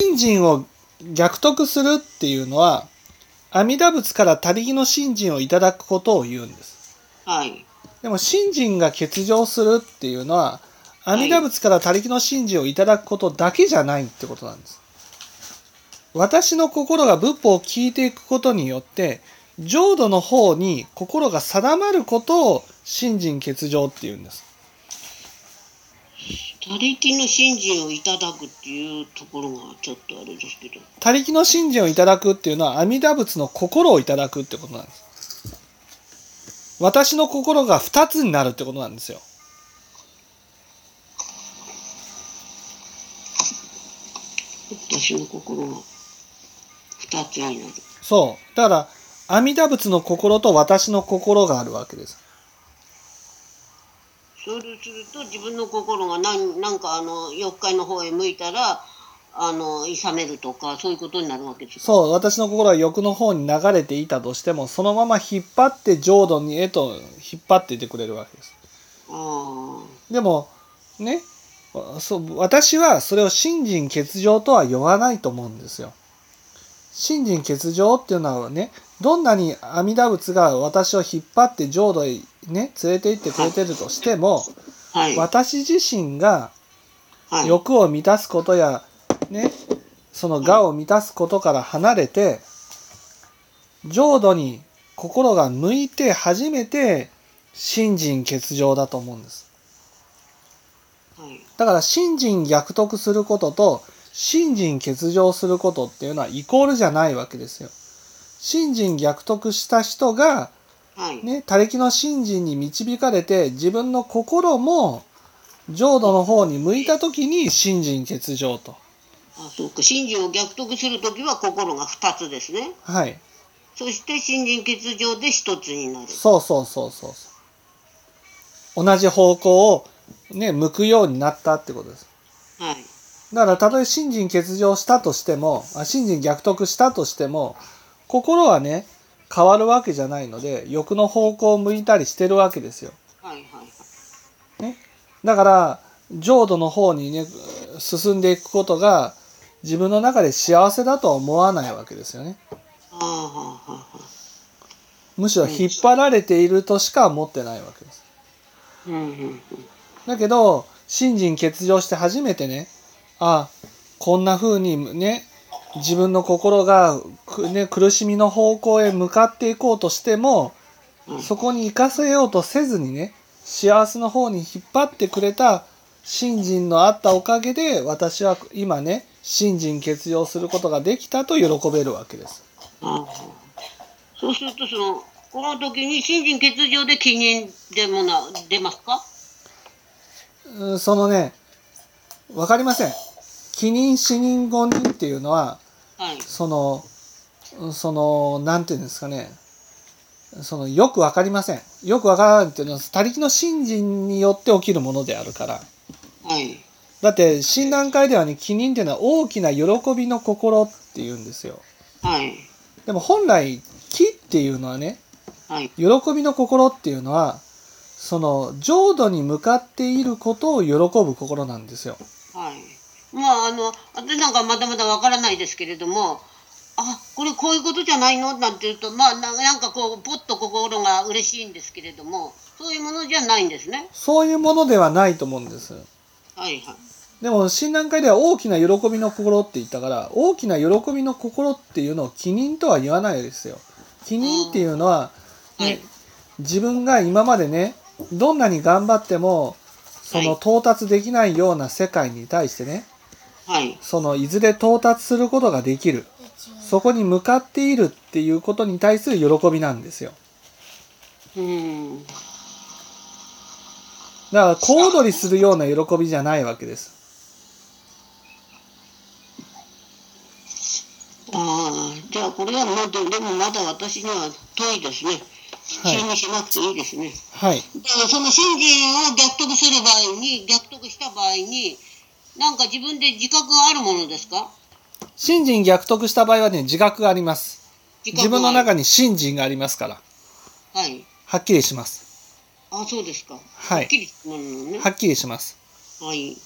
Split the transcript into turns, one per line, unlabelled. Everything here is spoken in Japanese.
信心を逆得するっていうのは、阿弥陀仏から他力の信心をいただくことを言うんです。
はい。
でも、信心が欠如するっていうのは、阿弥陀仏から他力の信心をいただくことだけじゃないってことなんです。私の心が仏法を聞いていくことによって、浄土の方に心が定まることを信心欠如っていうんです。
他力の信心をいただくっていうところがちょっとあれですけど。
他力の信心をいただくっていうのは阿弥陀仏の心をいただくってことなんです。私の心が二つになるってことなんですよ。
私の心が二つになる。
そう。だから、阿弥陀仏の心と私の心があるわけです。
それすると自分の心がなんなんかあの四日の方へ向いたらあの諌めるとかそういうことになるわけですか
そう。私の心は欲の方に流れていたとしても、そのまま引っ張って浄土にへと引っ張っていてくれるわけです。
あ
でも、ね。わそう私はそれを信心欠如とは呼ばないと思うんですよ。信心欠如っていうのはね、どんなに阿弥陀仏が私を引っ張って浄土へね、連れて行ってくれてるとしても、
あはいは
私自身が
い
欲を満たすことや、ね、その我を満たすことから離れて、浄土に心が向いて初めて、信心欠如だと思うんです。
はい
だから、信心逆得することと、信心欠如することっていうのはイコールじゃないわけですよ。信心逆得した人が、
はい、
ね、他力の信心に導かれて、自分の心も、浄土の方に向いた時に、信心欠如と。
あそうか信心を逆得する時は心が二つですね
はい。
そして信心欠如で一つになる
そうそうそうそうそう。同じ方向を、ね、向くようになったってことです。
はい
だからたとえ信心欠如したとしてもあ信心逆得したとしても心はね変わるわけじゃないので欲の方向を向いたりしてるわけですよ。
はいはいはい
ね、だから浄土の方にね進んでいくことが自分の中で幸せだとは思わないわけですよね。
ああはあはあはあ
むしろ引っ張られているとしか思ってないわけです。
うんうんうん
だけど信心欠如して初めてねあこんな風にね自分の心が、くね、苦しみの方向へ向かっていこうとしても
うん
そこに行かせようとせずにね幸せの方に引っ張ってくれた信心のあったおかげで私は今ね信心欠如することができたと喜べるわけです。
ああそうするとそのこの時に信心欠如で禁煙でもな出ますか
うんそのね分かりません。起任死人誤認っていうのは
はい
そのうんそのなんていうんですかねそのよくわかりませんよくわからないっていうのは他力の信心によって起きるものであるから
はい
だって診断会ではね起任っていうのは大きな喜びの心っていうんですよ
はい
でも本来喜っていうのはね
はい
喜びの心っていうのはその浄土に向かっていることを喜ぶ心なんですよ
はい。まああの私なんかまだまだわからないですけれども、あこれこういうことじゃないのなんて言うとまあななんかこうポッと心が嬉しいんですけれども、そういうものじゃないんですね。
そういうものではないと思うんです
はいはい。
でも診断会では大きな喜びの心って言ったから大きな喜びの心っていうのを起任とは言わないですよ。起任っていうのは、
は
ね
い、
自分が今までねどんなに頑張ってもその
はい
到達できないような世界に対してね
はい
そのいずれ到達することができるそこに向かっているっていうことに対する喜びなんですよ。
うーん
だから小躍りするような喜びじゃないわけです。
ああじゃあこれはまだでもまだ私には遠いですね。
はい
気にしなくていいですね。
はい
だからその信心を逆得する場合に逆得した場合になんか自分で自覚があるものですか？
信心逆得した場合はね自覚があります。自分の中
に。
に信心がありますから、
はい。
はっきりします。
あ、そうですか。
はい
はっきりするものね。
はっきりします。
はい。